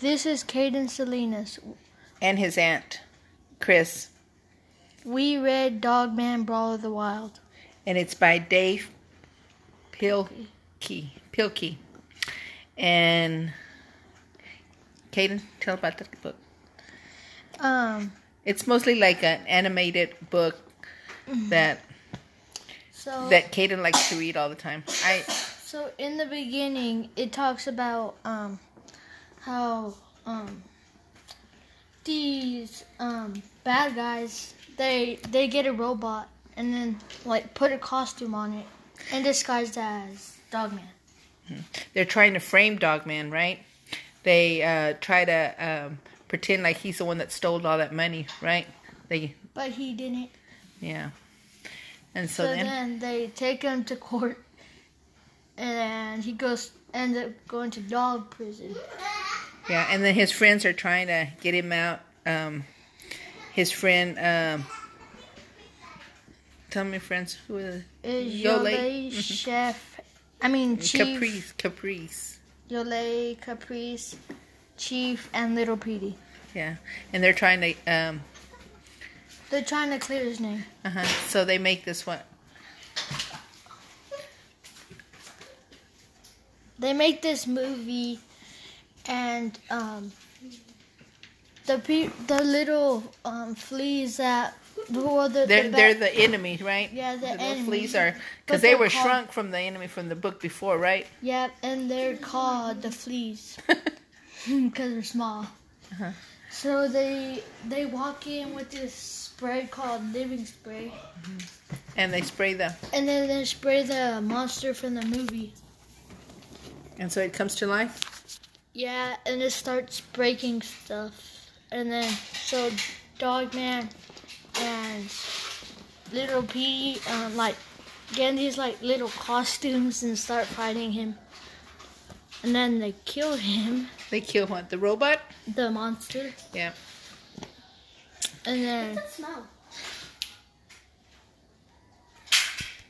This is Caden Salinas. and his aunt, Chris. We read Dog Man Brawl of the Wild. And it's by Dave Pilkey. Pilkey. And Caden, tell about the book. Um, It's mostly like an animated book that so that Caden likes to read all the time. I so in the beginning, it talks about um how um these um bad guys they they get a robot and then like put a costume on it and disguised as Dog Man. they're trying to frame Dogman, right? They uh, try to um, pretend like he's the one that stole all that money, right? They But he didn't. yeah. And so, So, then, then, they take him to court, and he goes ends up going to dog prison. yeah, and then his friends are trying to get him out. Um, his friend, um, tell me, friends, who is Is Mm-hmm. Yole. Yole chef? I mean Eh, chief. Caprice? Caprice. Yole Caprice, Chief, and Little Petey. Yeah, and they're trying to. Um, They're trying to clear his name. uh So they make this one. They make this movie, and um, the pe- the little um, fleas that who are the, the They're ba- they're the enemy, right? Yeah, the little enemy. fleas are But because they they're were called- shrunk from the enemy from the book before, right? yeah, and they're called the fleas. because they're small. Uh-huh. So they they walk in with this spray called living spray, and they spray them, and then they spray the monster from the movie. and so it comes to life. Yeah, and it starts breaking stuff, and then so Dogman and Little P um, like get in these like little costumes and start fighting him, and then they kill him, They kill what the robot. the monster, Yeah, and then Smell.